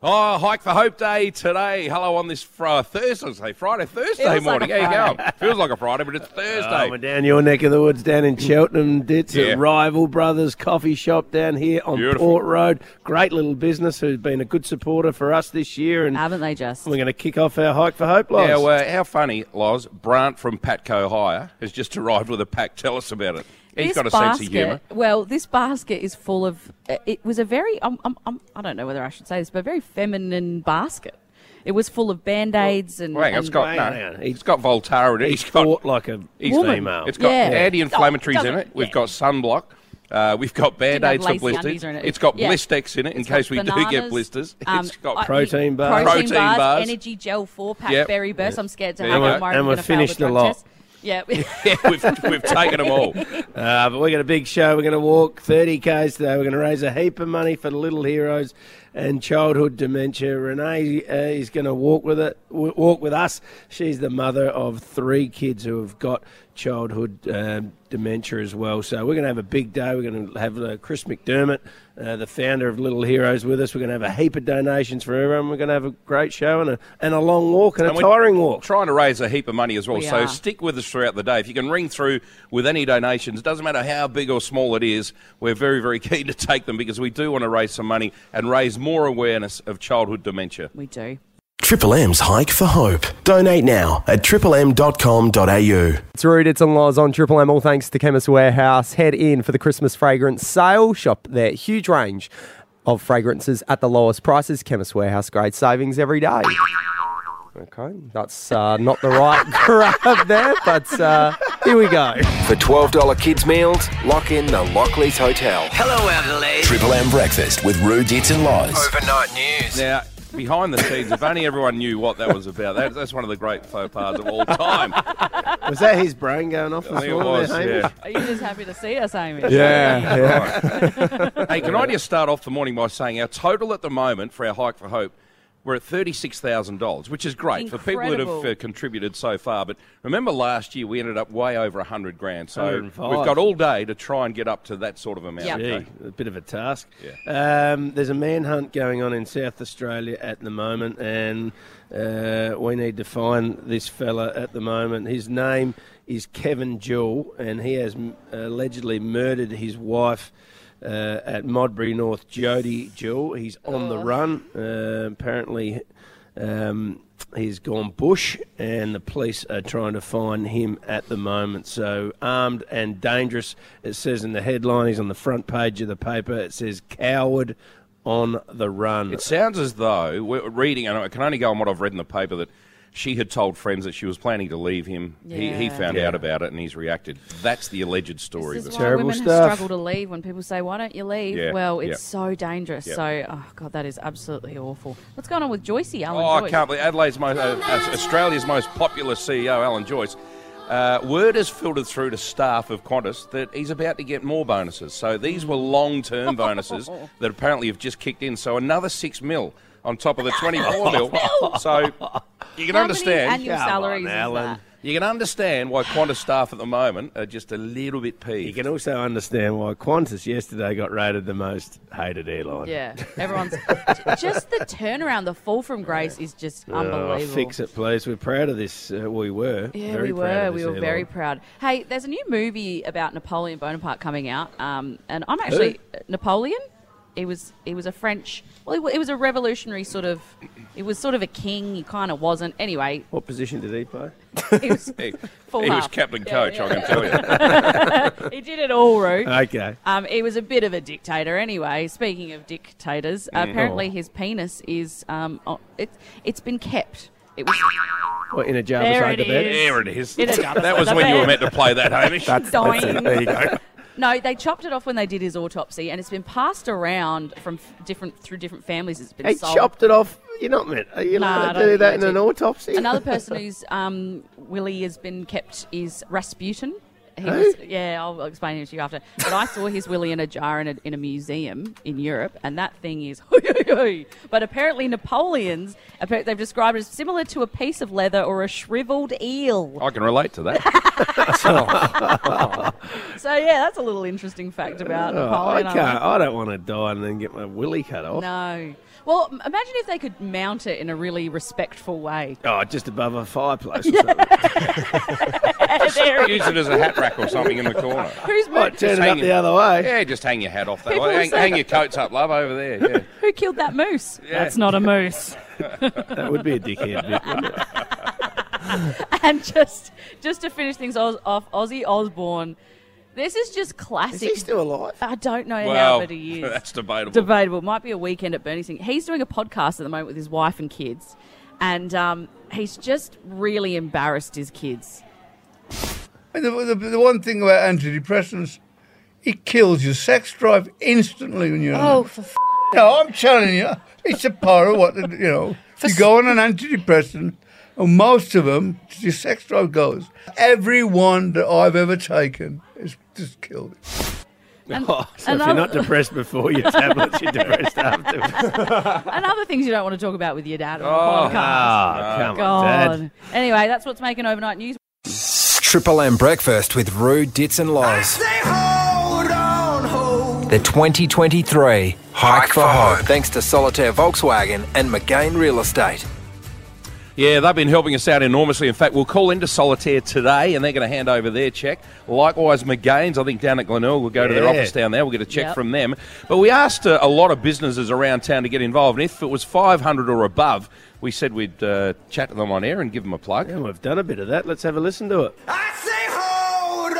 Oh, hike for Hope Day today. Hello on this fr- uh, Thursday, say Friday, Thursday like a Uh, morning. there you go. Feels like a Friday, but it's Thursday. Oh, we're down your neck of the woods, down in Cheltenham. It's Yeah. a rival brothers coffee shop down here on Beautiful. Port Road. Great little business who's been a good supporter for us this year, and Haven't they just? we're going to kick off our hike for hope. Loz. now, uh, how funny, Loz, Brant from Patco Hire has just arrived with a pack. Tell us about it. He's This got a sense of basket- humour. Well, this basket is full of. uh, It was a very. Um, um, um, I don't know whether I should say this, but a very feminine basket. It was full of band aids and. Well, hang on, and- it's got, Hang on, hang no, on. it's got Voltaren in it. he's It's got, fought like a he's woman. female. female. It's got Yeah. anti-inflammatories in Oh, it. We've yeah. got sunblock. Uh, we've got band-aids for lacy blisters. undies or anything. It's got Yeah. blistex in it in It's case got we do get bananas, blisters. um, it's got I- Protein bars. Protein Protein bars, bars. energy gel four pack, Yep. berry burst. I'm scared to There have you one. go. Worried And I'm we've gonna fail finished the a drug lot. test. Yeah. yeah, we've, we've taken them all. Uh, but we got a big show. We're going to walk 30 k's today. We're going to raise a heap of money for the little heroes and childhood dementia. Renee uh, is going to walk with it, w- walk with us. She's the mother of three kids who have got childhood um, dementia as well. So we're going to have a big day. We're going to have uh, Chris McDermott, uh, the founder of Little Heroes, with us. We're going to have a heap of donations for everyone. We're going to have a great show and a and a long walk and, And a we're tiring walk. Trying to raise a heap of money as well. We so are. stick with us throughout the day. If you can ring through with any donations, doesn't matter how big or small it is, we're very, very keen to take them because we do want to raise some money and raise more awareness of childhood dementia. we do. Triple M's Hike for Hope. Donate now at triplem.com.au. It's Rude, it's on Laws on Triple M, all thanks to Chemist Warehouse. Head in for the Christmas fragrance sale. Shop their huge range of fragrances at the lowest prices. Chemist Warehouse, great savings every day. Okay, that's uh, not the right grab there, but uh, here we go. For $12 kids' meals, lock in the Lockleys Hotel. Hello, Adelaide. Triple M breakfast with Rue Dits and Laws. Overnight news. Now, behind the scenes, if only everyone knew what that was about, that, that's one of the great faux pas of all time. Was that his brain going off? I this think it morning there, was, Hamish? yeah. Are you just happy to see us, Amy? Yeah, yeah. Hey, can I just start off the morning by saying our total at the moment for our hike for hope, we're at thirty-six thousand dollars, which is great for people that have Incredible. uh, contributed so far. But remember, last year we ended up way over hundred grand, so 105. we've got all day to try and get up to that sort of amount. Yep. Gee, a bit of a task. Um, there's a manhunt going on in South Australia at the moment, and uh, we need to find this fella at the moment. His name is Kevin Jewell, and he has m- allegedly murdered his wife. Uh, at Modbury North, Jody Jewell. He's on the run. Uh, apparently, um, he's gone bush, and the police are trying to find him at the moment. So armed and dangerous, it says in the headline. He's on the front page of the paper. It says coward on the run. It sounds as though we're reading, and I can only go on what I've read in the paper that she had told friends that she was planning to leave him. He, he Yeah. found out about it, and he's reacted. That's the alleged story. This is But- why Terrible women stuff. struggle to leave when people say, "Why don't you leave?" Yeah, Well, it's yeah. so dangerous. Yeah. So, oh god, that is absolutely awful. What's going on with Joycey, Alan? Oh, I Joyce? can't believe Adelaide's most, uh, uh, Australia's most popular CEO, Alan Joyce. Uh, word has filtered through to staff of Qantas that he's about to get more bonuses. So these were long-term bonuses that apparently have just kicked in. So another six mil on top of the twenty-four mil. So you can How understand. Many annual salaries is that? you can understand why Qantas staff at the moment are just a little bit You peeved. can also understand why Qantas yesterday got rated the most hated airline. Yeah, everyone's just the turnaround, the fall from grace is just Oh, unbelievable. fix it, please. We're proud of this. Uh, we were. Yeah, very we proud of were. We this were very airline. proud. Hey, there's a new movie about Napoleon Bonaparte coming out, um, and I'm actually Napoleon. He was he was a French. Well, he, wa- he was a revolutionary sort of. He was sort of a king. He kind of wasn't. Anyway, What position did he play? he was He, full he was up. captain Yeah, coach, yeah. I can tell you. He did it all, Roo. Okay. Um, he was a bit of a dictator anyway. Speaking of dictators, Mm. apparently his penis is um, oh, it, it's been kept. It was What, in a jar There beside it the bed? is. There it is. It is. that was when you were meant to play that, Hamish. dying. There you go. No, they chopped it off when they did his autopsy, and it's been passed around from f- different through different families. It's been He sold. chopped it off. You're not meant. Are Uh, you Nah, I allowed don't to do think that I in do. an autopsy? Another person whose um, Willie has been kept is Rasputin. He was, yeah, I'll explain it to you after. But I saw his Willie in a jar in a, in a museum in Europe, and that thing is. hoi, hoi, hoi. but apparently, Napoleon's, appa- they've described it as similar to a piece of leather or a shriveled eel. I can relate to that. So, yeah, that's a little interesting fact about Oh, I Napoleon. can't. I don't want to die and then get my willy cut off. No. Well, m- imagine if they could mount it in a really respectful way. Oh, just above a fireplace or something. There it is. Use it as a hat rack or something in the corner. Who's mo- Might turn it up hanging- the other way. Yeah, just hang your hat off that People way. Hang, say- hang your coats up, love, over there. Yeah. who killed that moose? That's not a moose. That would be a dickhead bit, wouldn't it? and just just to finish things oz- off, Ozzy Osbourne. This is just classic. Is he still alive? I don't know how, Well, but he is. that's debatable. debatable. Might be a weekend at Bernie's thing. He's doing a podcast at the moment with his wife and kids, and um, he's just really embarrassed his kids. And the, the, the one thing about antidepressants, it kills your sex drive instantly when you're on Oh, it. for f- No, I'm telling you, it's a power of what, you know. You go on an antidepressant, and most of them, your sex drive goes. Every one that I've ever taken is just killed. And, Oh, So if you're not depressed before your tablets, you're depressed afterwards. and other things you don't want to talk about with your dad on Oh, the Ah, podcast. Ah, come God. Anyway, that's what's making overnight news. Triple M Breakfast with Rue, Dits and Laws. The 2023 Hike for Hope. Thanks to Solitaire Volkswagen and McGain Real Estate. Yeah, they've been helping us out enormously. In fact, we'll call into Solitaire today and they're going to hand over their check. Likewise, McGain's, I think down at Glenelg, we'll go to their Yeah. office down there. We'll get a check Yep. from them. But we asked uh, a lot of businesses around town to get involved. And if it was 500 or above, we said we'd uh, chat to them on air and give them a plug. And we've done a bit of that. Let's have a listen to it.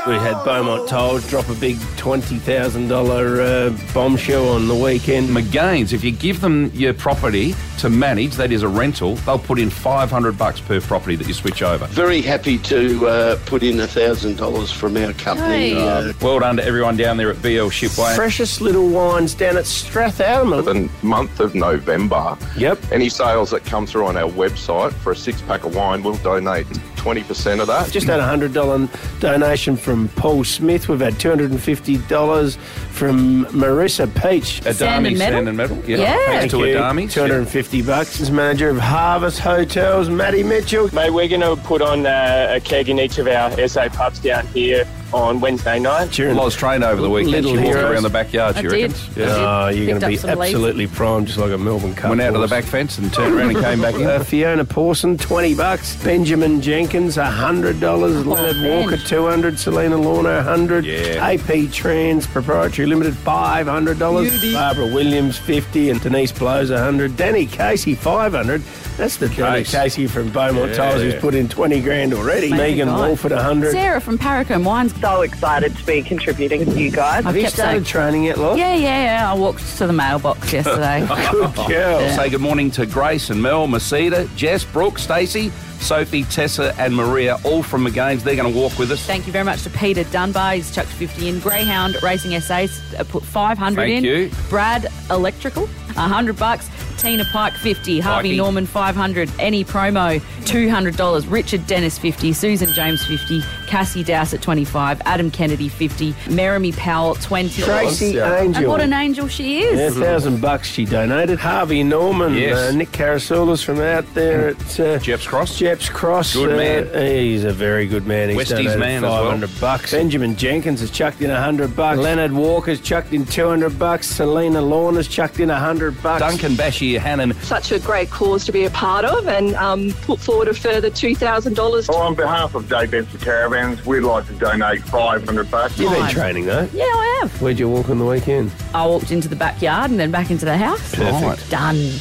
We had Beaumont Tolls drop a big $20,000 uh, bombshell on the weekend. McGain's, if you give them your property to manage, that is a rental, they'll put in 500 bucks per property that you switch over. Very happy to uh, put in $1,000 from our company. Hey. Uh, Well done to everyone down there at BL Shipway. Freshest little wines down at Strathalman. the month of November. Yep. Any sales that come through on our website for a six pack of wine, we'll donate 20% of that. Just had a hundred dollar donation from Paul Smith. We've had two hundred and fifty dollars from Marissa Peach. Adami Sand and Metal? Sand and Metal. Yeah. Thanks to Adami. two hundred and fifty bucks. Is manager of Harvest Hotels, Matty Mitchell. Mate, we're going to put on uh, a keg in each of our SA pubs down here on Wednesday night. Cheering. Loz trained over the weekend. Little she walked heroes. around the backyard, I she did. reckons. I did. Oh, you're going Picked to up be some leaves. absolutely primed, just like a Melbourne Cup. Went out of the horse. back fence and turned around and came back Uh, in. Fiona Pawson, twenty bucks. Benjamin Jenkins, hundred dollars. Leonard man. Walker, two hundred. Selena Lorna, hundred. Oh, Yeah. AP Trans Proprietary Limited, five hundred dollars. Barbara Williams, fifty, and Denise Blows, hundred. Danny Casey, five hundred. That's the Danny Case. Casey from Beaumont Yeah. Tiles who's put in twenty grand already. Amazing Megan guy. Wolford, hundred. Sarah from Paracombe Wines. so excited to be contributing with you guys. I've Have you kept started saying, training yet, Lord? yeah, yeah, yeah. I walked to the mailbox yesterday. Good girl. Say good morning to Grace and Mel, Masita, Jess, Brooke, Stacey, Sophie, Tessa, and Maria, all from the games. They're going to walk with us. Thank you very much to Peter Dunbar. He's chucked 50 in. Greyhound Racing SA's uh, put 500 Thank in. you. Brad Electrical, 100 bucks. Tina Pike, 50. Harvey Pikey. Norman, 500. Any promo, $200. Richard Dennis, 50. Susan James, 50. Cassie Dowsett, 25. Adam Kennedy, 50. Merrimy Powell, 20. Tracy And Angel. what an angel she is. Yeah, thousand bucks she donated. Harvey Norman, Yes. uh, Nick Carasoulis from out there at uh, Jeps Cross. Jeps Cross. uh, Good man. He's a very good man. He's Westies donated man as well. 500 bucks. Benjamin Jenkins has chucked in 100 bucks. Leonard Walker's chucked in 200 bucks. Selena Lorna's chucked in 100 bucks. Duncan Bashir Hannon. Such a great cause to be a part of and um, put forward a further $2,000. Oh, on behalf of Dave Benson Caravans, we'd like to donate 500 bucks. You've been Fine. training though. Yeah, I have. Where'd you walk on the weekend? I walked into the backyard and then back into the house. Perfect. Done.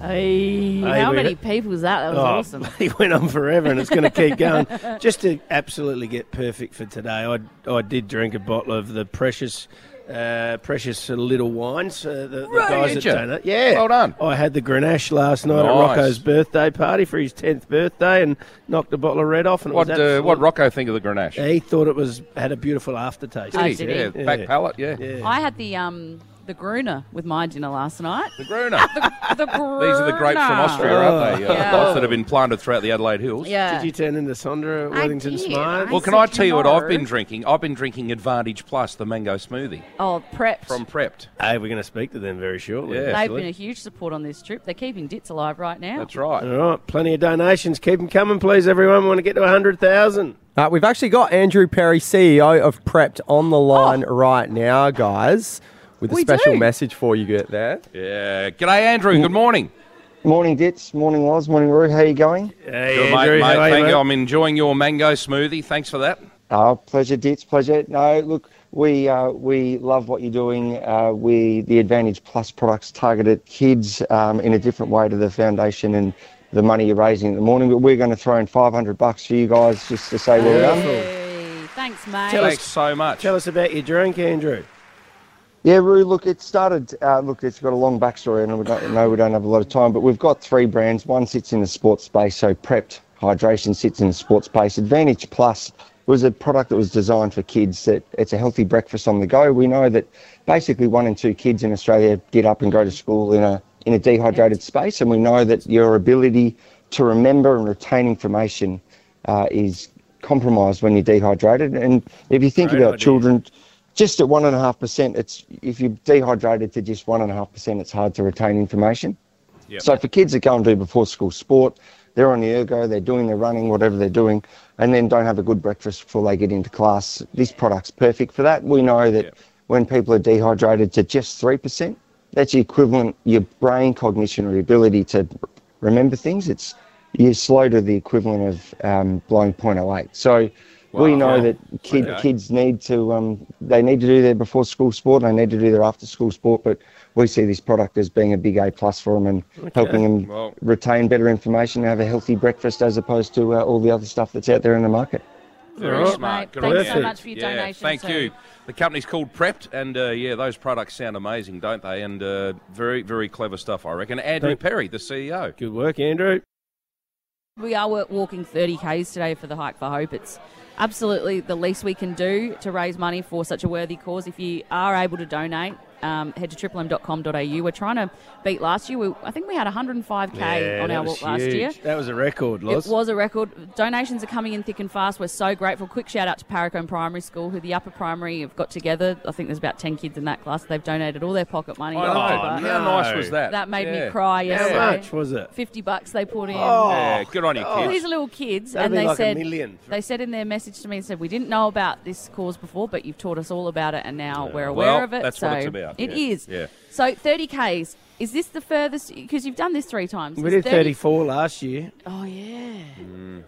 Hey, how we- many people was that? That was Oh. awesome. He went on forever, and it's going to keep going. Just to absolutely get perfect for today, I I did drink a bottle of the precious. Uh, precious little wines, uh, the, the Right, guys did at you? Donut. Yeah, Well done. I had the Grenache last night at Nice. Rocco's birthday party for his tenth birthday, and knocked a bottle of red off. And it What, was uh, what absolute- Rocco think of the Grenache? He thought it was had a beautiful aftertaste. I Gee, did he? yeah, back Yeah. palate, yeah. I had the um the Gruner with my dinner last night. The Gruner. The These are the grapes from Austria, aren't they? Uh, Ah. Yeah. Lots that have been planted throughout the Adelaide Hills. Yeah. Did you turn into Sondra at I Wellington did. Smart? I Well, can I said tell you what I've no. been drinking? I've been drinking Advantage Plus, the mango smoothie Oh, prepped. from Prepped. Hey, we're going to speak to them very shortly. Yeah. They've actually. been a huge support on this trip. They're keeping Dits alive right now. That's right. All right, plenty of donations. Keep them coming, please, everyone. We want to get to 100,000. Uh, we've E actually got Andrew Perry, CEO of Prepped, on the line right now, guys. with a Oh. We special do. message for you get there. Yeah. G'day, Andrew. Good morning. Morning, Dits. Morning, Loz. Morning, Roo. How you going? Good, mate, mate. Thank you. I'm enjoying your mango smoothie. Thanks for that. Oh, pleasure, Dits. Pleasure. No, look, we uh, we love what you're doing. Uh, we the Advantage Plus products targeted kids um, in a different way to the foundation and the money you're raising in the morning. But we're going to throw in 500 bucks for you guys just to say well done. Hey, thanks, mate. Thanks so much. Tell us about your drink, Andrew. Yeah, Roo, look, it started. Uh, look, it's got a long backstory, and we don't know we don't have a lot of time, but we've got three brands. One sits in the sports space, so prepped hydration sits in the sports space. Advantage Plus was a product that was designed for kids. That it's a healthy breakfast on the go. We know that basically one in two kids in Australia get up and go to school in a in a dehydrated space, and we know that your ability to remember and retain information uh, is compromised when you're dehydrated. And if you think Great about idea. children, just at one and a half percent, it's if you're dehydrated to just one and a half percent, it's hard to retain information. Yep. So for kids that go and do before school sport, they're on the ergo, they're doing their running, whatever they're doing, and then don't have a good breakfast before they get into class. This product's perfect for that. We know that when people are dehydrated to just three percent, that's the equivalent your brain cognition or ability to remember things. It's you're slow to the equivalent of um, blowing 0.08. So we Wow. know Yeah. that kid, Okay. kids need to um, they need to do their before school sport. They need to do their after school sport. But we see this product as being a big A plus for them and helping them Well- retain better information and have a healthy breakfast as opposed to uh, all the other stuff that's out there in the market. Very Alright, smart. mate. Good Thanks on so you. much for your yeah, donation, Thank sir. you. The company's called Prepped, and uh, yeah, those products sound amazing, don't they? And uh, very, very clever stuff, I reckon. Andrew Thank- Perry, the E CEO. Good work, Andrew. We are wa- walking 30 Ks today for the Hike for Hope. It's absolutely the least we can do to raise money for such a worthy cause. If you are able to donate, um, head to triplem.com.au. We're trying to beat last year. We, I think we had 105K Yeah, on that our was walk last huge. year. That was a record, Loz. It was a record. Donations are coming in thick and fast. We're so grateful. Quick shout out to Paracombe Primary School, who the upper primary have got together. I think there's about 10 kids in that class. They've donated all their pocket money. I know, but how nice was that? That made Yeah. me cry How yesterday. much was it? Oh, 50 bucks they put in. yeah, good on you, All kids. these little kids, That'd and be they like a said million. they said in their message to me, said we didn't know about this cause before, but you've taught us all about it, and now we're aware Well, of it. that's so what it's about. It yeah. is. Yeah. So 30 k's. Is this the furthest? Because you've done this three times. We Is did 30 34 last year. Oh yeah,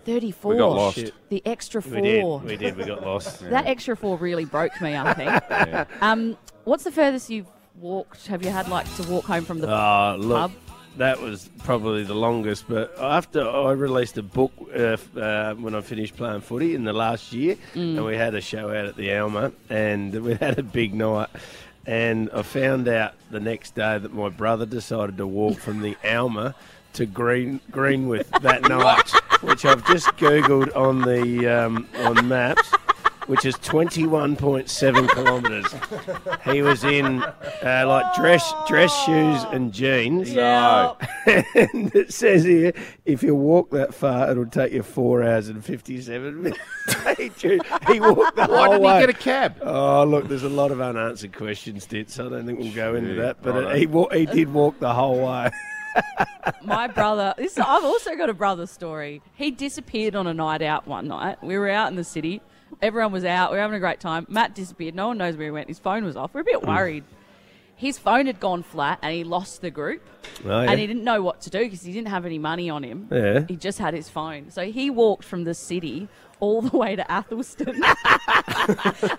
thirty-four. Mm. We got lost. Shit. The extra four. We did. We did. We got lost. That extra four really broke me. I think. um, what's the furthest you've walked? Have you had like to walk home from the Ah, look, pub? that was probably the longest. But after I released a book uh, f- uh, when I finished playing footy in the last year, Mm. and we had a show out at the Elmer, and we had a big night. And I found out the next day that my brother decided to walk from the Alma to Green Greenwith that night, which I've just googled on the um, on maps, which is twenty one point seven kilometres. He was in uh, like dress dress shoes and jeans. No. and it says here, if you walk that far, it'll take you four hours and fifty-seven minutes. he walked the Why whole didn't he way. get a cab? Oh, look, there's a lot of unanswered questions, Ditz. I don't think we'll go into Yeah, that, but righto. it, he wa- he did walk the whole way. My brother. This I've also got a brother story. He disappeared on a night out one night. We were out in the city. Everyone was out. We were having a great time. Matt disappeared. No one knows where he went. His phone was off. We're a Hmm. bit worried. His phone had gone flat, and he lost the group. Oh, yeah. And he didn't know what to do because he didn't have any money on him. Yeah. He just had his phone. So he walked from the city all the way to Athelston.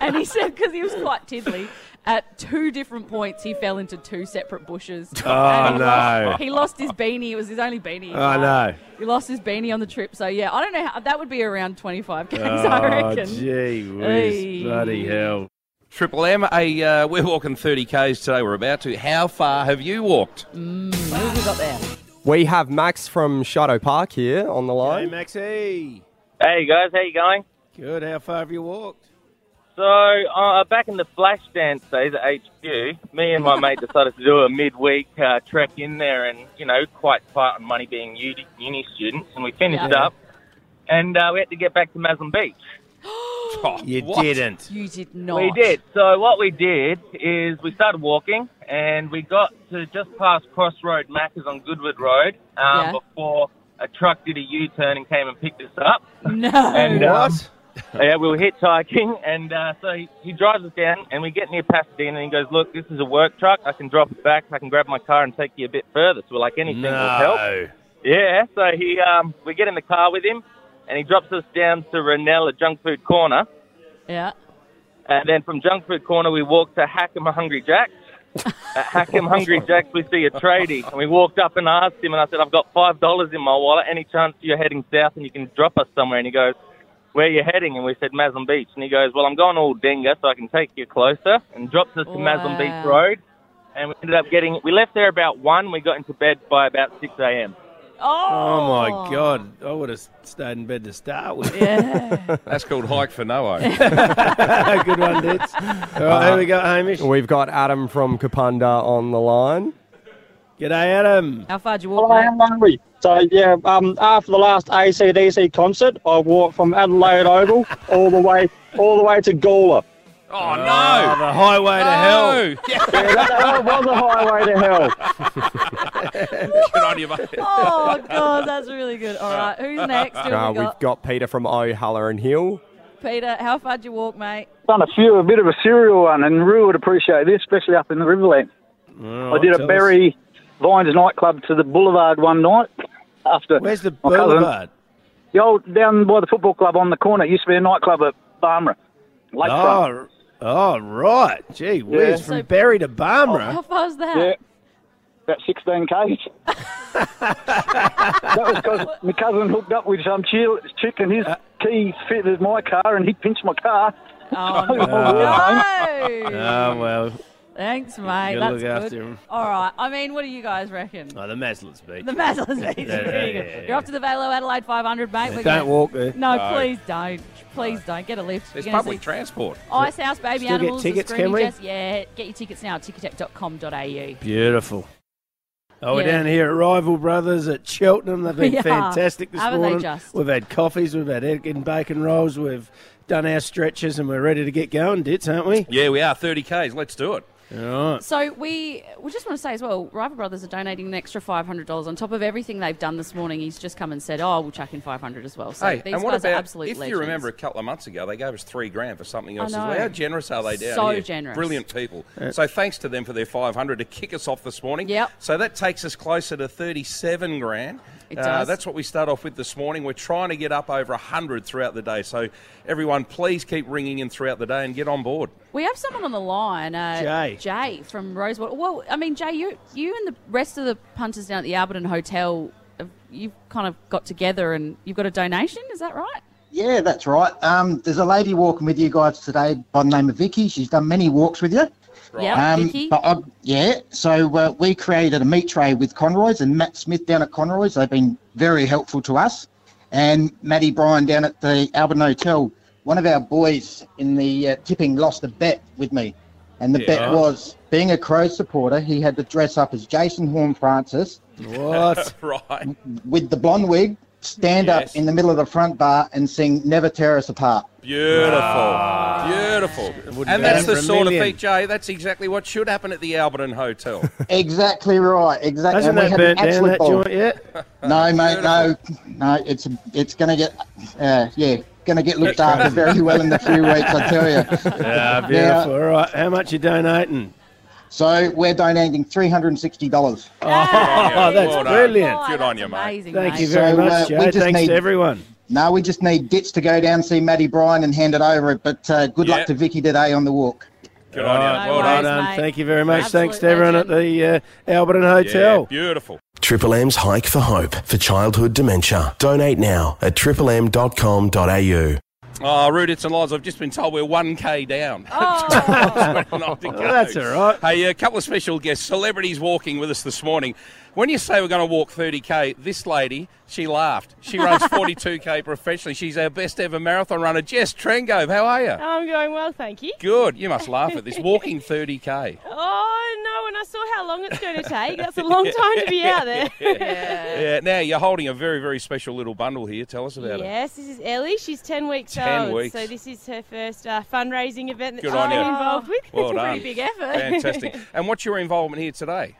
and he said, because he was quite tiddly, at two different points he fell into two separate bushes. Oh, And he lost- no. he lost his beanie. It was his only beanie. he Oh, had. no. He lost his beanie on the trip. So, yeah, I don't know. How, that would be around 25 Ks, Oh, I reckon. gee whiz, Hey. bloody hell. Triple M, a, uh, we're walking 30 Ks today. We're about to. How far have you walked? Mm, Who have we got there? We have Max from Shadow Park here on the Hey, line. Maxie. Hey guys, how you going? Good. How far have you walked? So uh, back in the flash dance days at HQ, me and my mate decided to do a midweek uh, trek in there, and you know, quite tight on money being uni, uni students, and we finished Yeah. up, and uh, we had to get back to Maslin Beach. you what? didn't. You did not. We did. So what we did is we started walking, and we got to just past Crossroad Macca's on Goodwood Road um, Yeah. before a truck did a U-turn and came and picked us up. No. And, um, yeah, we were hitchhiking, and uh, so he, he drives us down, and we get near Pasadena, and he goes, "Look, this is a work truck. I can drop it back. I can grab my car and take you a bit further." So we're like, "Anything will help." Yeah, so he um, we get in the car with him, and he drops us down to Rennell at Junk Food Corner, Yeah. and then from Junk Food Corner we walk to Hack'em Hungry Jack's. At Hack'em Hungry Jack's we see a tradie, and we walked up and asked him, and I said, "I've got five dollars in my wallet. Any chance you're heading south and you can drop us somewhere?" And he goes, "Where you heading?" And we said, "Maslam Beach." And he goes, "Well, I'm going all dinga, so I can take you closer," and drops us to Maslam Beach Wow. Road. And we ended up getting, we left there about 1, we got into bed by about 6 a.m. Oh my God! I would have stayed in bed to start with. Yeah. That's called hike for Noah. Good one, Dits. All right, here we go, Hamish. We've got Adam from Kapunda on the line. G'day, Adam. How far do you walk? Well, Oh, I am hungry. So, yeah, um, after the last ACDC concert, I walked from Adelaide Oval all the way all the way to Gawler. Oh, no! The highway Oh. to hell. Yeah, that, that was a highway to hell. Good on you, mate. Oh god, that's really good. All right, who's next? Who Uh, we got? we've got Peter from O'Haller and Hill. Peter, how far do you walk, mate? Done a few, a bit of a serial one, and Rue would appreciate this, especially up in the Riverland. I did a tell Berry Vines nightclub to the Boulevard one night after. Where's the Boulevard? The old down by the football club on the corner. It used to be a nightclub at Barmera. Oh, Lakefront. r- oh, right. Gee whiz, Yeah. from Berry to Barmera. Oh, How far's that? Yeah. About 16 k's. that was because my cousin hooked up with some chill, chick and his key fitted my car and he pinched my car. Oh, So I no. walked home. No. Oh, well, Thanks, mate. You That's look good. after him. All right. I mean, what do you guys reckon? oh, the Maslin's Beach. The Maslow's Beach. Yeah, yeah, Pretty good. yeah, You're off to the Velo Adelaide 500, mate. Yeah, We're don't gonna- walk there. No, No. please don't. Please don't. Get a lift. There's You're gonna public see- transport. Ice House Baby Still get Animals. the tickets, can Screaming we? Jets. Yeah. Get your tickets now at ticketek.com.au. Beautiful. Oh, we're Yeah. down here at Rival Brothers at Cheltenham. They've been We are. fantastic this Haven't they morning. just? We've had coffees, we've had egg and bacon rolls, we've done our stretches, and we're ready to get going, Dits, aren't we? Yeah, we are. 30 Ks. Let's do it. All right. So we we just want to say as well, Rival Brothers are donating an extra five hundred dollars on top of everything they've done this morning. He's just come and said, "Oh, we'll chuck in five hundred as well." So hey, these and what guys about are absolute if legends. you remember a couple of months ago, they gave us three grand for something I else as know. well. How generous are they down So here? generous. Brilliant people. Uh, So thanks to them for their 500 to kick us off this morning. Yep. So that takes us closer to 37 grand. Uh, It does. that's what we start off with this morning. We're trying to get up over 100 throughout the day. So everyone, please keep ringing in throughout the day and get on board. we have someone on the line, uh, Jay. Jay from Rosewater. Well, I mean, Jay, you you and the rest of the punters down at the Alberton Hotel, have- you've kind of got together and you've got a donation. Is that right? Yeah, that's right. Um, there's a lady walking with you guys today by the name of Vicky. She's done many walks with you. Um, Right. Yeah, Vicky. But I, yeah, so uh, we created a meat tray with Conroy's and Matt Smith down at Conroy's. They've been very helpful to us. And Matty Bryan down at the Alban Hotel. One of our boys in the uh, tipping lost a bet with me. And the Yeah. bet was being a Crow supporter, he had to dress up as Jason Horn Francis What? right. with the blonde wig, stand Yes. up in the middle of the front bar and sing Never Tear Us Apart. Beautiful. Beautiful. Ah. Wouldn't And do that's that the for a sort of million. feat, Jay. That's exactly what should happen at the Alberton Hotel. Exactly right. Exactly. Hasn't that And we had an burnt down, absolute that ball. joint yet? No, mate. No, no. It's it's gonna get, uh, yeah, gonna get looked after very well in the few weeks. I tell you. Ah, Now, beautiful. All right. How much you donating? So we're donating three hundred and sixty dollars. Oh, that's brilliant. Good on you, mate. uh, Thank you very much, Jay. uh, Thanks to everyone. No, we just need Dits to go down, see Matty Bryan, and hand it over. But uh, good Yeah. luck to Vicky today on the walk. Good on you. Well Well done. done. Thank you very much. Thanks to everyone at the uh, Alberton Hotel. Yeah, beautiful. Triple M's Hike for Hope for childhood dementia. Donate now at triplem.com.au. Oh, Ruditz and Lies, I've just been told we're 1K down. Well, that's all right. Hey, a couple of special guests, celebrities walking with us this morning. When you say we're going to walk 30K, this lady, she laughed. She runs 42K professionally. She's our best ever marathon runner. Jess Trengove, how are you? I'm going well, thank you. Good. You must laugh at this. Walking 30K. Oh no! When I saw how long it's going to take, that's a long time to be out there. Yeah, now you're holding a very, very special little bundle here. Tell us about it. Yes, this is Ellie. She's ten weeks 10 old, weeks. so this is her first uh, fundraising event that Good she's on been you. involved Oh, with. Well done. Fantastic. And what's your involvement here today?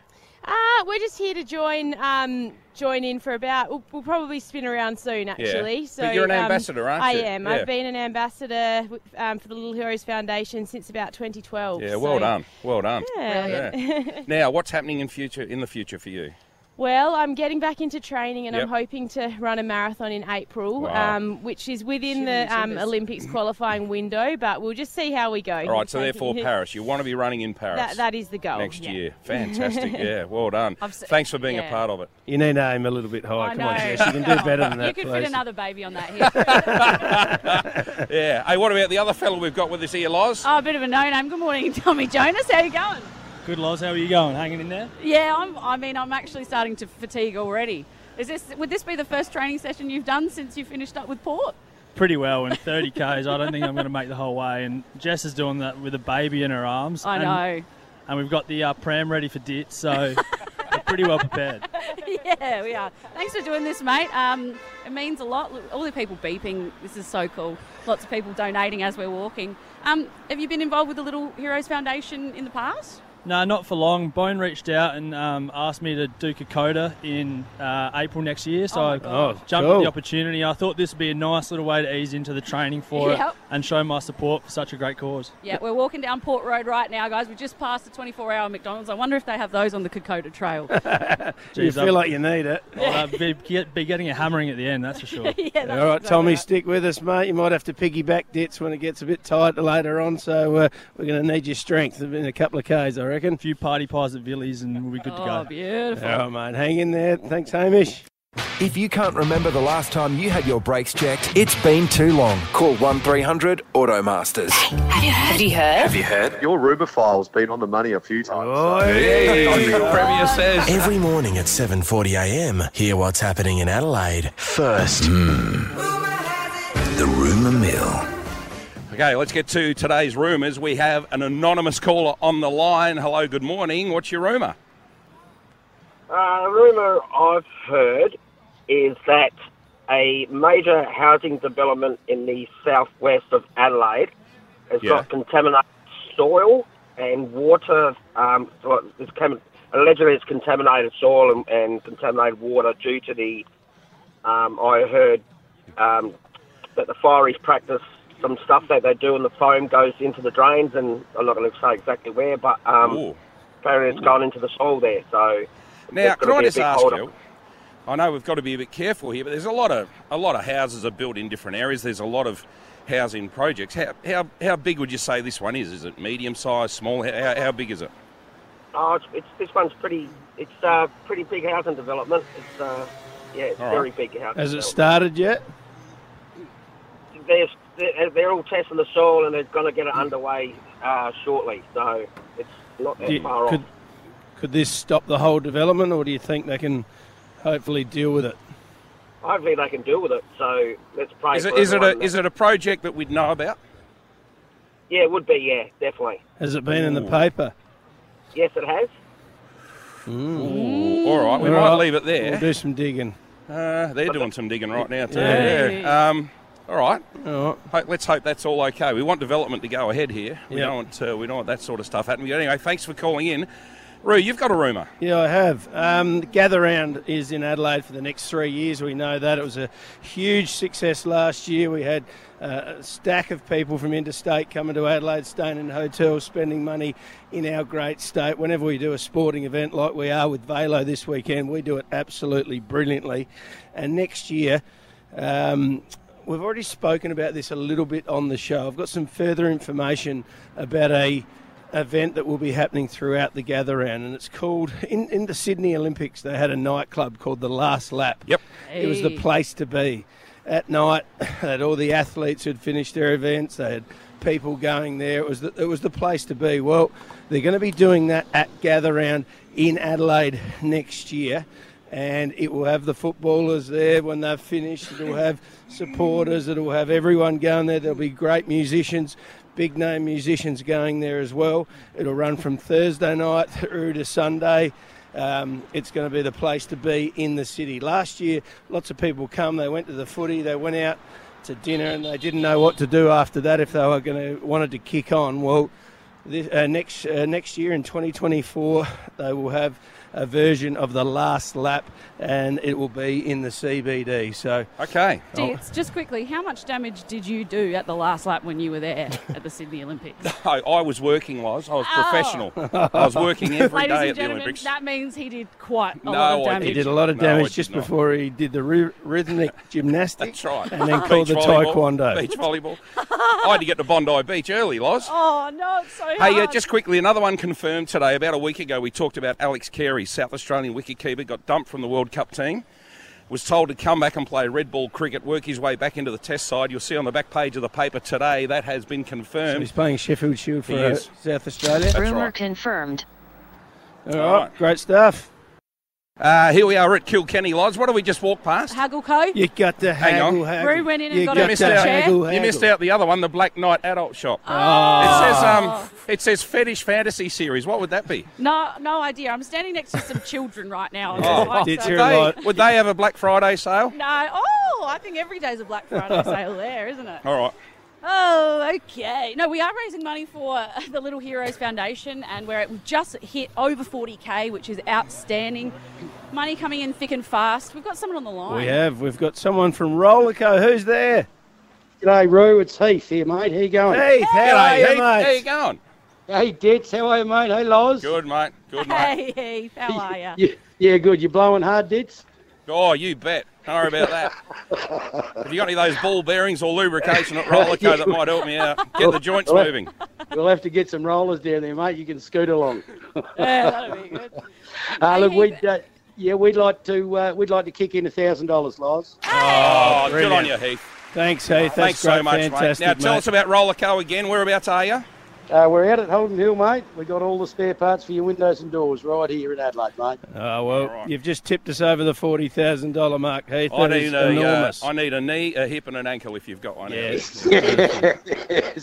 Uh, we're just here to join um, join in for about. We'll, we'll probably spin around soon, actually. But So you're an um, ambassador, aren't you? I am. Yeah. I've been an ambassador with- um, for the Little Heroes Foundation since about Oh, 2012. Yeah, well so- done, well done. Yeah. Yeah. now, what's happening in future in the future for you? Well, I'm getting back into training and I'm Yep. hoping to run a marathon in April, Wow. um, which is within Shimmy the um, jimmers. Olympics qualifying window, but we'll just see how we go. All right, so We're therefore taking- Paris. You want to be running in Paris. That, that is the goal. next yeah. year. Fantastic. yeah, well done. I've se- Thanks for being yeah. a part of it. You need to aim a little bit high. I Come on, know. Jess, you can do better than that, You could please. fit another baby on that here. yeah. Hey, what about the other fellow we've got with us here, Loz? oh, a bit of a no-name. Good morning, Tommy Jonas. How you going? Good, Loz. How are you going? Hanging in there? Yeah, I'm, I mean, I'm actually starting to fatigue already. Is this would this be the first training session you've done since you finished up with Port? Pretty well in 30 Ks. I don't think I'm going to make the whole way. And Jess is doing that with a baby in her arms. I and, know. And we've got the uh, pram ready for dit, so we're pretty well prepared. yeah, we are. Thanks for doing this, mate. Um, it means a lot. Look, All the people beeping. This is so cool. Lots of people donating as we're walking. Um, have you been involved with the Little Heroes Foundation in the past? No, not for long. Bone reached out and um, asked me to do Kokoda in uh, April next year, Oh so my I God. jumped at cool. the opportunity. I thought this would be a nice little way to ease into the training for Yep. it and show my support for such a great cause. Yeah, we're walking down Port Road right now, guys. We just passed the 24-hour McDonald's. I wonder if they have those on the Kokoda Trail. You Jeez, feel I'm- like you need it. I'll be, get, be getting a hammering at the end, that's for sure. Yeah, that's All right, exactly Tommy, right. stick with us, mate. You might have to piggyback dits when it gets a bit tight later on, so uh, we're going to need your strength in a couple of Ks, I reckon. A few party pies at Villies and we'll be good to go. Oh, beautiful. All right, mate, hang in there. Thanks, Hamish. If you can't remember the last time you had your brakes checked, it's been too long. Call 1300 Automasters. Have you heard? Have you heard? you heard? Your Rubophile's been on the money a few times. Oh, Premier says. Every morning at 7.40am, hear what's happening in Adelaide. First, Hmm. the rumour mill. Okay, let's get to today's rumours. We have an anonymous caller on the line. Hello, good morning. What's your rumour? Uh, rumour I've heard is that a major housing development in the southwest of Adelaide has Yeah. got contaminated soil and water. Um, so it's com- allegedly, it's contaminated soil and, and contaminated water due to the. Um, I heard um, that the fireys practice some stuff that they do, and the foam goes into the drains. And I'm not going to say exactly where, but um, Ooh. apparently it's gone into the soil there. So Now, there's can gonna I be a just big ask hold-up. you? I know we've got to be a bit careful here, but there's a lot of a lot of houses are built in different areas. There's a lot of housing projects. How how, how big would you say this one is? Is it medium size, small? How- How, how big is it? Oh, it's, it's this one's pretty. It's a uh, pretty big housing development. It's uh, yeah, it's All very right. big housing. Has it development. started yet? There's- They're, they're all testing the soil and they're going to get Mm. it underway uh, shortly. So it's not that Do you- far could, off. could this stop the whole development, or do you think they can hopefully deal with it? Hopefully they can deal with it. So let's pray. Is it for is it everyone a that- is it a project that we'd know about? Yeah, it would be. Yeah, definitely. Has it been in the Ooh. paper? Mm. Yes, it has. Ooh, all right, we might leave it there. We'll do some digging. Uh, they're doing some digging right now too. Yeah. Yeah. Um, all right. Ho- let's hope that's all okay. We want development to go ahead here. We Yep. don't want uh, we don't want that sort of stuff happening. But anyway, thanks for calling in, Rue. You've got a rumor. Yeah, I have. Um, Gather Round is in Adelaide for the next three years. We know that. It was a huge success last year. We had uh, a stack of people from interstate coming to Adelaide, staying in hotels, spending money in our great state. Whenever we do a sporting event like we are with Velo this weekend, we do it absolutely brilliantly. And next year, um, we've already spoken about this a little bit on the show. I've got some further information about a event that will be happening throughout the gather round and it's called in, in the Sydney Olympics they had a nightclub called the Last Lap. Yep. It was the Hey. place to be. At night they had all the athletes who'd finished their events, they had people going there. It was the, it was the place to be. Well, they're going to be doing that at gather round in Adelaide next year and it will have the footballers there when they've finished. It'll have supporters. It'll have everyone going there. There'll be great musicians, big name musicians going there as well. It'll run from Thursday night through to Sunday. Um, it's going to be the place to be in the city. Last year, lots of people come. They went to the footy. They went out to dinner, and they didn't know what to do after that if they were going to wanted to kick on. Well. This, uh, next uh, next year in 2024, they will have a version of the last lap, and it will be in the CBD. So okay, Dits, just quickly, how much damage did you do at the last lap when you were there at the Sydney Olympics? I, I was working, Loz. I was professional. I was working every Oh. Ladies day and at the gentlemen, Olympics. that means he did quite a No, lot of I damage. he did a lot of damage Oh, No, I just did not. before he did the rhy- rhythmic gymnastics, That's right. and then called the Beach volleyball. taekwondo. Beach volleyball. I had to get to Bondi Beach early, Loz. Oh no, it's so hard. Hey, uh, just quickly, another one confirmed today. About a week ago, we talked about Alex Carey, South Australian wicketkeeper, got dumped from the World Cup team. Was told to come back and play red ball cricket, work his way back into the Test side. You'll see on the back page of the paper today that has been So confirmed. he's playing Sheffield Shield He for uh, is. South Australia. That's Rumour right. confirmed. All right, great stuff. Uh, here we are at Kilkenny Lodge. What did we just walk past? Haggle Co. You got the Hang on. haggle, haggle. Rue went in and You got You a missed, chair. out, Haggle, you missed out the other one, the Black Knight Adult Shop. Oh. It says um, it says fetish fantasy series. What would that be? No, no idea. I'm standing next to some children right now. Oh, Did would, you like- they, would they have a Black Friday sale? No. Oh, I think every day's a Black Friday sale there, isn't it? All right. Oh, okay. No, we are raising money for the Little Heroes Foundation, and we're at, just hit over 40k, which is outstanding. Money coming in thick and fast. We've got someone on the line. We have. We've got someone from Rollerco. Who's there? G'day, Roo. It's Heath here, mate. How you going? Heath, how G'day, are you, Heath. mate? How you going? Hey, Dits. How are you, mate? Hey, Loz. Good, mate. Good, mate. Hey, Heath, how are ya? Yeah, yeah, good. You blowing hard, Dits? Oh, you bet. Don't worry about that. Have you got any of those ball bearings or lubrication at Rollerco that might help me out? Get the joints Well, moving. Oh, We'll have to get some rollers down there, mate. You can scoot along. Yeah, that'll be good. uh, look, we'd, uh, yeah, we'd like to uh, we'd like to kick in a thousand dollars, Loz. Oh, good on Brilliant. you, Heath. Thanks, Heath. That's Thanks great. so much, mate. Fantastic, Now tell mate. us about Rollerco again. Whereabouts are you? Uh, we're out at Holden Hill, mate. We got all the spare parts for your windows and doors right here in Adelaide, mate. Oh well, you've just tipped us over the forty thousand dollar mark, Heath. I That is need, a, uh, enormous. I need a knee, a hip, and an ankle if you've got one. Yes.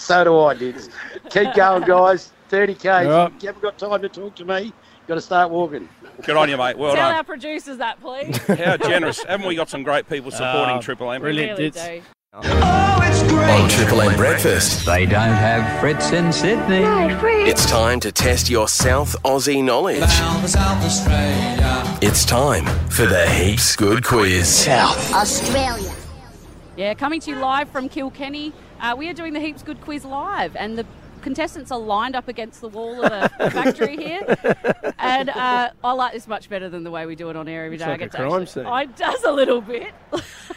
so do I, Dits. Keep going, guys. Thirty k. Alright. You haven't got time to talk to me. Got to start walking. Good on you, mate. Well Tell done. our producers that, please. How generous. Haven't we got some great people supporting Ah, Oh, Triple M? brilliant, Really do. On Triple M Breakfast. They don't have Fritz in Sydney. It's time to test your South Aussie knowledge. It's time for the Heaps Good Quiz. South. Australia. Yeah, coming to you live from Kilkenny. Uh, we are doing the Heaps Good Quiz live, and the contestants are lined up against the wall of a factory here. And uh, I like this much better than the way we do it on air every Looks day. I like get a to crime actually- scene. I does a little bit.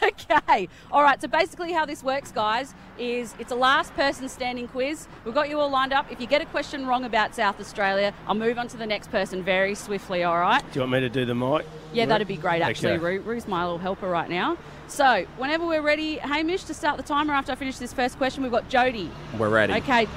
okay. All right. So basically, how this works, guys, is it's a last person standing quiz. We've got you all lined up. If you get a question wrong about South Australia, I'll move on to the next person very swiftly. All right. Do you want me to do the mic? Yeah, Roo? that'd be great, actually. Okay. Roo, Roo's my little helper right now. So, whenever we're ready, Hamish, to start the timer after I finish this first question, we've got Jody. We're ready. Okay.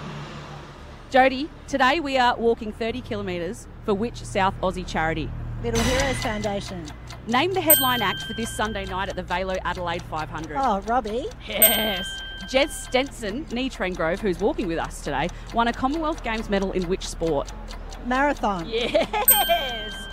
Jody, today we are walking 30 kilometres for which South Aussie charity? Little Heroes Foundation. Name the headline act for this Sunday night at the Velo Adelaide 500. Oh, Robbie. Yes. Jez Stenson, Nee Trengrove, who's walking with us today, won a Commonwealth Games medal in which sport? Marathon. Yes.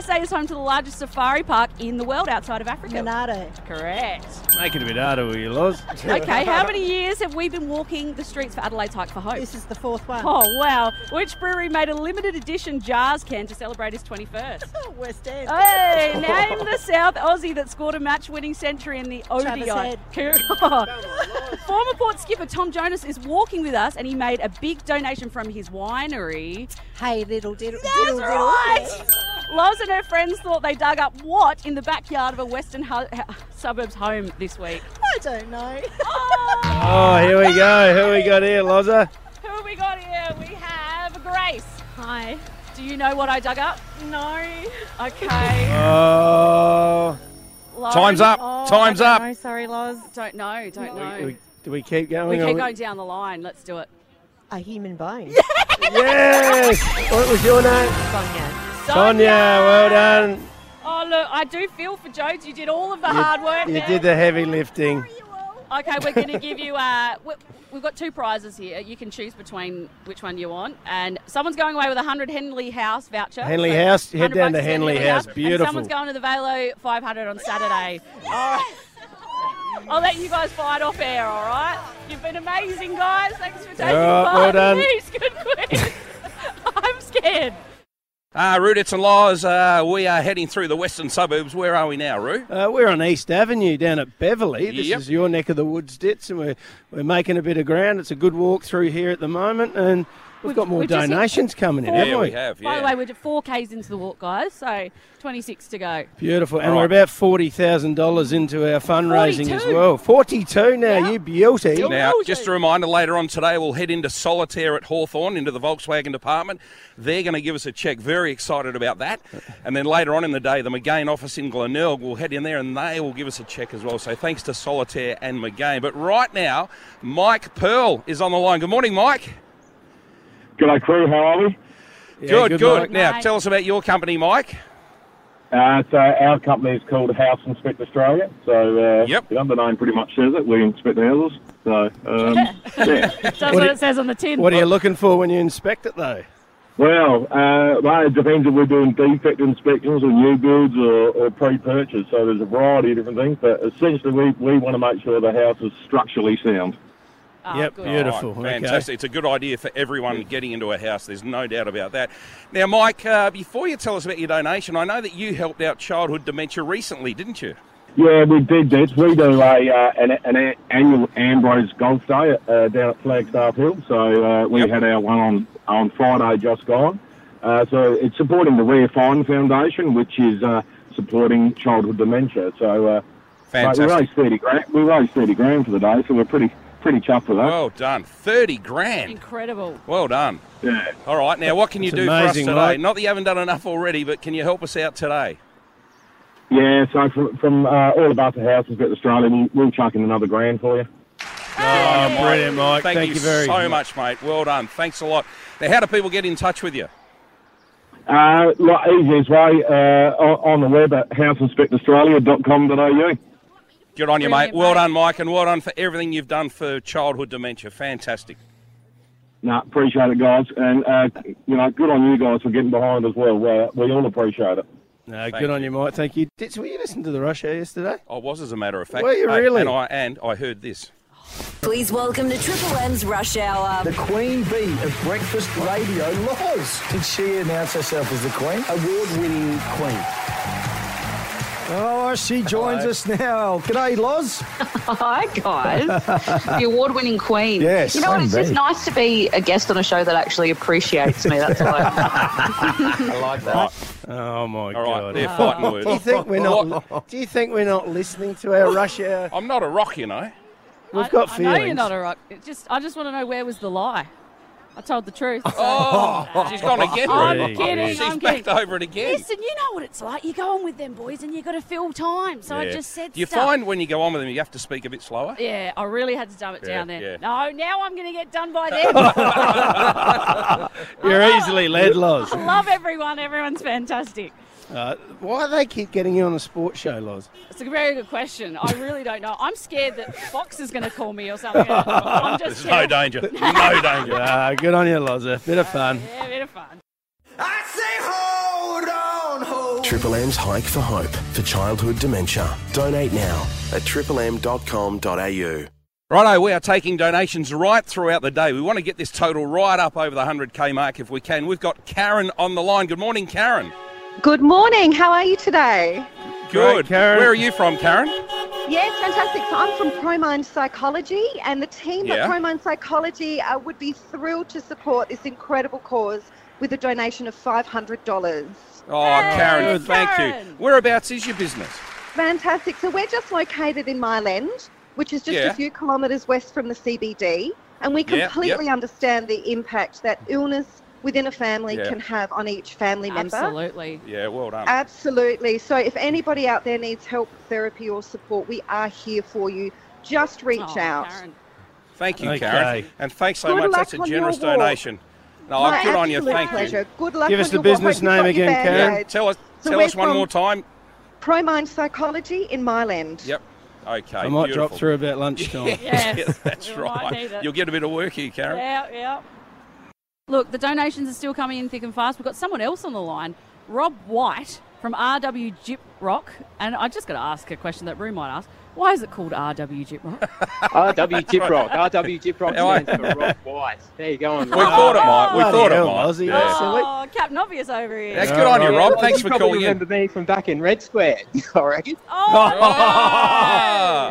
SA is home to the largest safari park in the world outside of Africa. Monado. Correct. Make it a bit harder, will you, Loz? Okay, how many years have we been walking the streets for Adelaide's Hike for Hope? This is the fourth one. Oh, wow. Which brewery made a limited edition jars can to celebrate his 21st? West End. Hey, name the South Aussie that scored a match winning century in the Travis ODI. Head. Former port skipper Tom Jonas is walking with us and he made a big donation from his winery. Hey, little diddle. That's diddle, diddle, right. yeah. Loz and her friends thought they dug up what in the backyard of a Western hu- suburbs home this week? I don't know. Oh, here we go. Who we got here, Lozza? Who have we got here? We have Grace. Hi. Do you know what I dug up? No. Okay. Uh, Oh. Lauren? Time's up. Time's up. know. Sorry, Loz. Don't know. Don't know. We, do we keep going? we or keep going down the line. Let's do it. A human bone. Yes. What was your name? Sonia. Sonia, well done. Oh look, I do feel for Jodes. You did all of the hard work. You there. did the heavy lifting. Okay, we're going to give you. Uh, we- we've got two prizes here. You can choose between which one you want, and someone's going away with a hundred Henley House voucher. Henley House, head 100 down bucks to Henley House. and Beautiful. someone's going to the Velo 500 on Saturday. All right. I'll let you guys fight off air. All right. You've been amazing, guys. Thanks for taking All right, well part. done. Heaps Good quiz. I'm scared. Ah, Roo, it's and Laws. Uh, we are heading through the western suburbs. Where are we now, Roo? Uh, we're on East Avenue down at Beverley. This Yep. is your neck of the woods, Dits, and we're, we're making a bit of ground. It's a good walk through here at the moment, and we've got more We're just- donations coming in, Four- haven't we? By the way, we're four Ks into the walk, guys, so 26 to go. Beautiful. And we're about $40,000 into our fundraising as 42. well. 42 now, you beauty. Now, just a reminder later on today, we'll head into Solitaire at Hawthorn, into the Volkswagen department. They're going to give us a check. Very excited about that. And then later on in the day, the McGain office in Glenelg will head in there and they will give us a check as well. So thanks to Solitaire and McGain. But right now, Mike Pearl is on the line. Good morning, Mike. G'day, crew. How are we? good, good. Now, tell us about your company, Mike. Uh, so our company is called House Inspect Australia. So uh, the undername pretty much says it. We inspect the houses. So um, yeah. That's what, it says on the tin. What are you looking for when you inspect it, though? Well, uh, well, it depends if we're doing defect inspections or new builds or, or pre-purchase. So there's a variety of different things, but essentially we, we want to make sure the house is structurally sound. yep, beautiful. All right, Oh, fantastic. It's a good idea for everyone getting into a house. There's no doubt about that. Now, Mike, uh, before you tell us about your donation, I know that you helped out childhood dementia recently, didn't you? Yeah, we did that. We do a uh, an, an a- annual Ambrose Golf Day uh, down at Flagstaff Hill. So uh, we had our one on on Friday just gone. Uh, so it's supporting the Rare Find Foundation, which is uh, supporting childhood dementia. So uh, mate, we Fantastic. raised thirty grand. We raised thirty grand for the day, so we're pretty pretty chuffed with that. Well done. 30 grand. Incredible. Well done. Yeah. All right, now what can you That's do for us amazing, today? Mike. Not that you haven't done enough already, but can you help us out today? Yeah, so from, from uh, all of us at House Inspect Australia, we'll, we'll chuck in another grand for you. Oh, brilliant, Mike. Thank, Thank you, you very so much, mate. Well done. Thanks a lot. Now, how do people get in touch with you? Uh, like easiest way uh, on on the web at houseinspectaustralia.com.au. Good on you, mate. Well done, Mike, and well done for everything you've done for childhood dementia. Fantastic. No, appreciate it, guys, and uh, you know, good on you guys for getting behind as well. Uh, we all appreciate it. No, good on you, Mike. Thank you. Dits, were you listening to the rush hour yesterday? I was, as a matter of fact. Were you mate, really? And I, and I heard this. Please welcome to Triple M's Rush Hour. The Queen Bee of Breakfast Radio Laws. Did she announce herself as the Queen? Award winning Queen. Oh, she joins Hello. us now. G'day, Loz. Hi, guys. the award winning queen. Yes, You know what? It's just indeed. nice to be a guest on a show that actually appreciates me. That's all I like Oh All my right, god! they're fighting words. Do you think we're not? Do you think we're not listening to our rush hour? I'm not a rock, you know. We've got I feelings. know you're not a rock. It just, I just want to know where was the lie. I told the truth. so- Oh, she's gone again. I'm Roo. kidding. She's I'm backed kidding. over it again. Listen, you know what it's like. You go on with them boys, and you got to fill time. So I Yeah. just said Do you stuff. find when you go on with them, you have to speak a bit slower? Yeah, I really had to dumb it Yeah, down there. yeah. No, now I'm going to get done by them. You're easily led, Loz. I love everyone. Everyone's fantastic. Uh, why do they keep getting you on a sports show, Loz? It's a very good question. I really don't know. I'm scared that Fox is going to call me or something. I'm just There's no terrified. danger. No danger. Ah, good on you, Loz. A bit of fun. Yeah, bit of fun. Triple M's Hike for Hope for childhood dementia. Donate now at triplem.com.au. Righto, we are taking donations right throughout the day. We want to get this total right up over the 100k mark if we can. We've got Karen on the line. Good morning, Karen. Good morning. How are you today? Good. Karen. Where are you from, Karen? Yes, fantastic. So I'm from ProMind Psychology, and the team Yeah. at ProMind Psychology uh, would be thrilled to support this incredible cause with a donation of $500. Oh, Karen, thank you. Whereabouts is your business? Fantastic. So we're just located in Myland, which is just Yeah. a few kilometres west from the CBD, and we Yeah, yep. completely understand the impact that illness within a family Yeah. can have on each family member. Absolutely. Yeah, well done. Absolutely. So if anybody out there needs help, therapy, or support, we are here for you. Just reach Oh, out. Thank you, Okay. Karen. And thanks so Good much. luck That's a on your generous walk. donation. No, My good on you. absolute Thank you. pleasure. Good luck Give us on the your walk. business Hope you've name got your again, Yeah, band-aid. Tell us, So tell we're us one from more time. ProMind Psychology in Myland. Yep. Okay. I might beautiful. drop through about lunchtime. Yes, that's need right. it. You'll get a bit of work here, Karen. Yeah, yeah. Look, the donations are still coming in thick and fast. We've got someone else on the line, Rob White from RW Jip Rock. And I just got to ask a question that Rue might ask. Why is it called RW Jip Rock? RW Jip Rock. RW Jip Rock stands for Rock Wise. There you go. We thought it might. We thought it might. Yeah. Oh, Captain Obvious over here. That's good on you, Rob. Thanks for calling Uh, You remember me from back in Red Square, I reckon.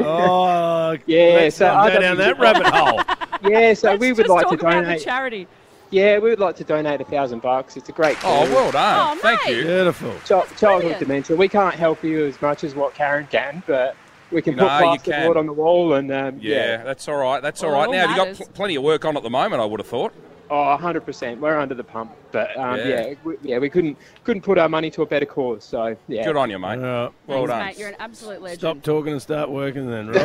Oh, yeah. let's So not go RW down that Jip Rock. rabbit hole. Yeah, so we would Just like talk to about the donate. charity. Yeah, we would like to donate a thousand bucks. It's a great. Oh, cause. well done. Oh, Thank mate. you. Beautiful. Child, childhood Brilliant. dementia. We can't help you as much as what Karen can, but we can No, put you plasterboard can. on the wall and um, Yeah, that's all right. That's Well, all it right. all Now, you've got matters. pl- plenty of work on at the moment, I would have thought. Oh, 100%. We're under the pump, but um, yeah, Yeah. yeah we, yeah, we couldn't couldn't put our money to a better cause. So yeah, Good on you, mate. Thanks, mate. You're an absolute legend. Stop talking and start working then, Rob.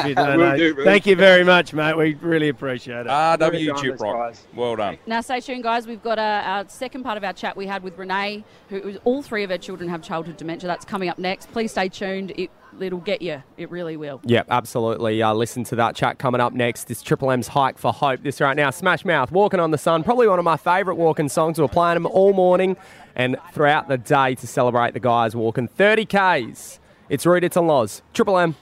for your Will do, donation. Bruce. Thank you very much, mate. We really appreciate it. RW Chip Rock. Well done. Now, stay tuned, guys. We've got uh, our second part of our chat we had with Renee, who who- all three of her children have childhood dementia. That's coming up next. Please stay tuned. It, it'll get you. It really will. Yep, absolutely. Uh, listen to that chat coming up next. It's Triple M's Hike for Hope. This right now, Smash Mouth, Walking on the Sun, probably one of my favourite walking songs. We're playing them all morning and throughout the day to celebrate the guys walking 30Ks. It's Rude, it's on Loz. Triple M.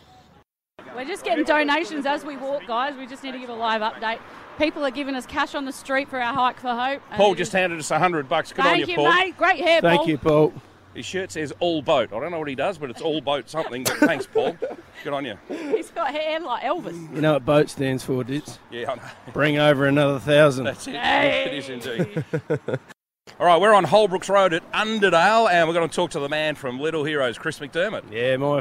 We're just getting donations as we walk, guys. We just need to give a live update. People are giving us cash on the street for our hike for hope. and Paul it just is- handed us a 100 bucks. Good on Thank you, you, Paul. mate. Great hair, Paul. Paul. His shirt says all boat. I don't know what he does, but it's all boat something. But thanks, Paul. Good on you. He's got hair like Elvis. You know what boat stands for, Dits? Yeah, I know. Bring over another thousand. That's it. It is indeed. All right, we're on Holbrooks Road at Underdale, and we're going to talk to the man from Little Heroes, Chris McDermott. Yeah, my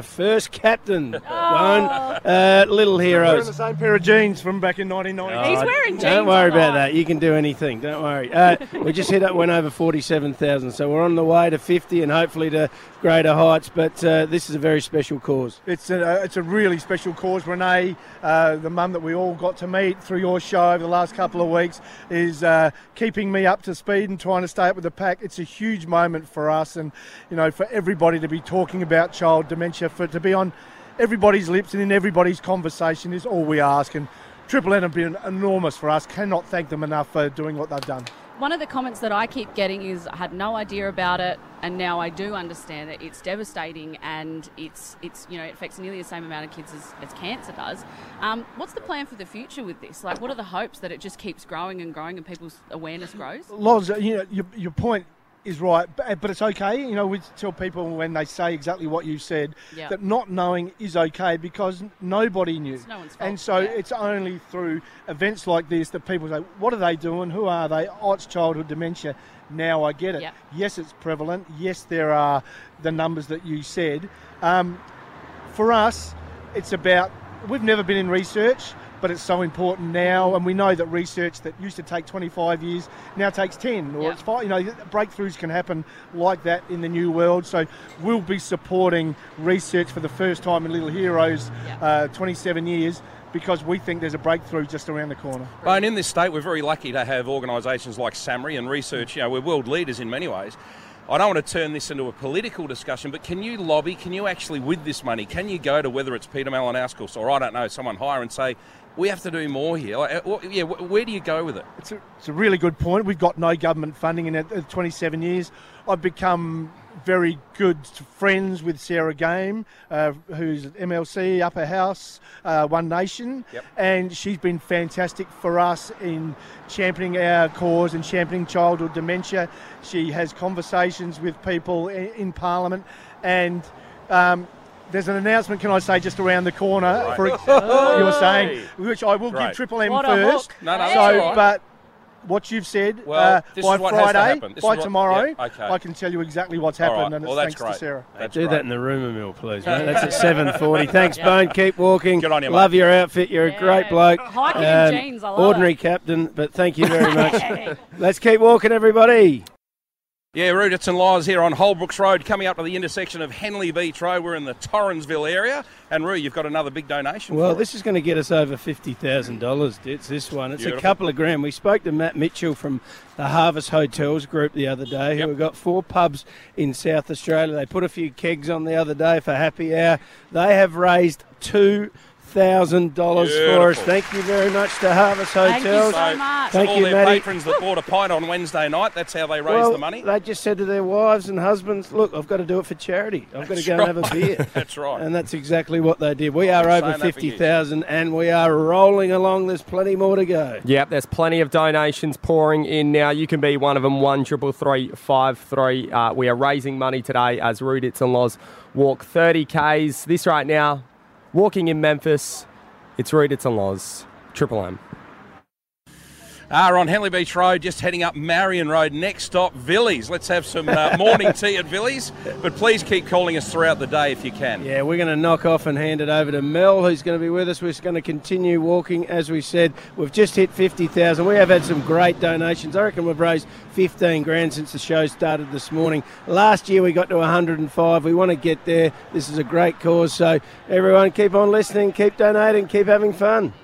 first captain. One Oh. uh, little heroes. Wearing the same pair of jeans from back in 1990. Oh, Don't worry about that. You can do anything. Don't worry. Uh, we just hit up went over forty-seven thousand, so we're on the way to fifty and hopefully to greater heights. But uh, this is a very special cause. It's a, uh, it's a really special cause. Renee, uh, the mum that we all got to meet through your show over the last couple of weeks, is uh, keeping me up to speed and trying to stay up with the pack. It's a huge moment for us and, you know, for everybody to be talking about child dementia, for it to be on everybody's lips and in everybody's conversation is all we ask. And Triple N have been enormous for us. Cannot thank them enough for doing what they've done. One of the comments that I keep getting is I had no idea about it and now I do understand it. It's devastating and it's it's you know it affects nearly the same amount of kids as, as cancer does. Um, what's the plan for the future with this? Like what are the hopes that it just keeps growing and growing and people's awareness grows? Loz, you know, your, your point is right, but, but it's okay. You know, we tell people when they say exactly what you said Yeah. that not knowing is okay because nobody knew. no one's fault, and so yeah. it's only through events like this that people say, What are they doing? Who are they? Oh, it's childhood dementia. Now I get it. Yeah. Yes, it's prevalent. Yes, there are the numbers that you said. Um, for us, it's about we've never been in research, but it's so important now, and we know that research that used to take 25 years now takes 10 or Yeah. it's five. You know, breakthroughs can happen like that in the new world. So we'll be supporting research for the first time in Little Heroes, uh, 27 years, because we think there's a breakthrough just around the corner. Well, and in this state, we're very lucky to have organisations like SAMRI and research. You know, we're world leaders in many ways. I don't want to turn this into a political discussion, but can you lobby? Can you actually, with this money, can you go to whether it's Peter Malinauskas or I don't know, someone higher and say, we have to do more here? Like, uh, what- yeah, wh- where do you go with it? It's a, it's a really good point. We've got no government funding in it, uh, 27 years. I've become very good friends with Sarah Game, uh, who's at MLC, Upper House, uh, One Nation. Yep. And she's been fantastic for us in championing our cause and championing childhood dementia. She has conversations with people in, in Parliament. And um, there's an announcement, can I say, just around the corner for ex- Right. you were saying, Hey. which I will Great. give Triple M What a first. hook. No, no, that's so, all right. but what you've said Well, uh, this by is what has to Friday, happen. This by is what- tomorrow, yeah, okay. I can tell you exactly what's All right. happened, and it's Well, that's thanks great. to Sarah. That's Do great. that in the rumour mill, please, mate. That's at seven forty. Thanks, Bone. Keep walking. Good on you, mate. Love your outfit. You're a great bloke. Um, Hiking in jeans, I love ordinary captain, but thank you very much. Let's keep walking, everybody. Yeah, Ruditz and Lies here on Holbrooks Road, coming up to the intersection of Henley Beach Road. We're in the Torrensville area. And Rue, you've got another big donation. Well, this is going to get us over fifty thousand dollars. It's this one. It's Beautiful. a couple of grand. We spoke to Matt Mitchell from the Harvest Hotels Group the other day, who have got four pubs in South Australia. They put a few kegs on the other day for happy hour. They have raised two thousand dollars for us. Beautiful. Thank you very much to Harvest Hotels. Thank you so much. Thank all you, their Maddie. patrons that bought a pint on Wednesday night, that's how they raised well, the money. They just said to their wives and husbands, "Look, I've got to do it for charity. I've got to That's go and have right. a beer." That's right. And that's exactly what they did. We I've are been over saying that for fifty thousand, and we are rolling along. There's plenty more to go. Yep, there's plenty of donations pouring in now. You can be one of them. One triple three five three. Uh, we are raising money today as Ruditz and Laws walk 30 k's. This right now, walking in Memphis. It's Ruditz and Laws. Triple M. Ah, we're on Henley Beach Road, just heading up Marion Road. Next stop, Villies. Let's have some uh, morning tea at Villies. But please keep calling us throughout the day if you can. Yeah, we're going to knock off and hand it over to Mel, who's going to be with us. We're just going to continue walking, as we said. We've just hit 50,000. We have had some great donations. I reckon we've raised 15 grand since the show started this morning. Last year we got to 105. We want to get there. This is a great cause. So, everyone, keep on listening, keep donating, keep having fun.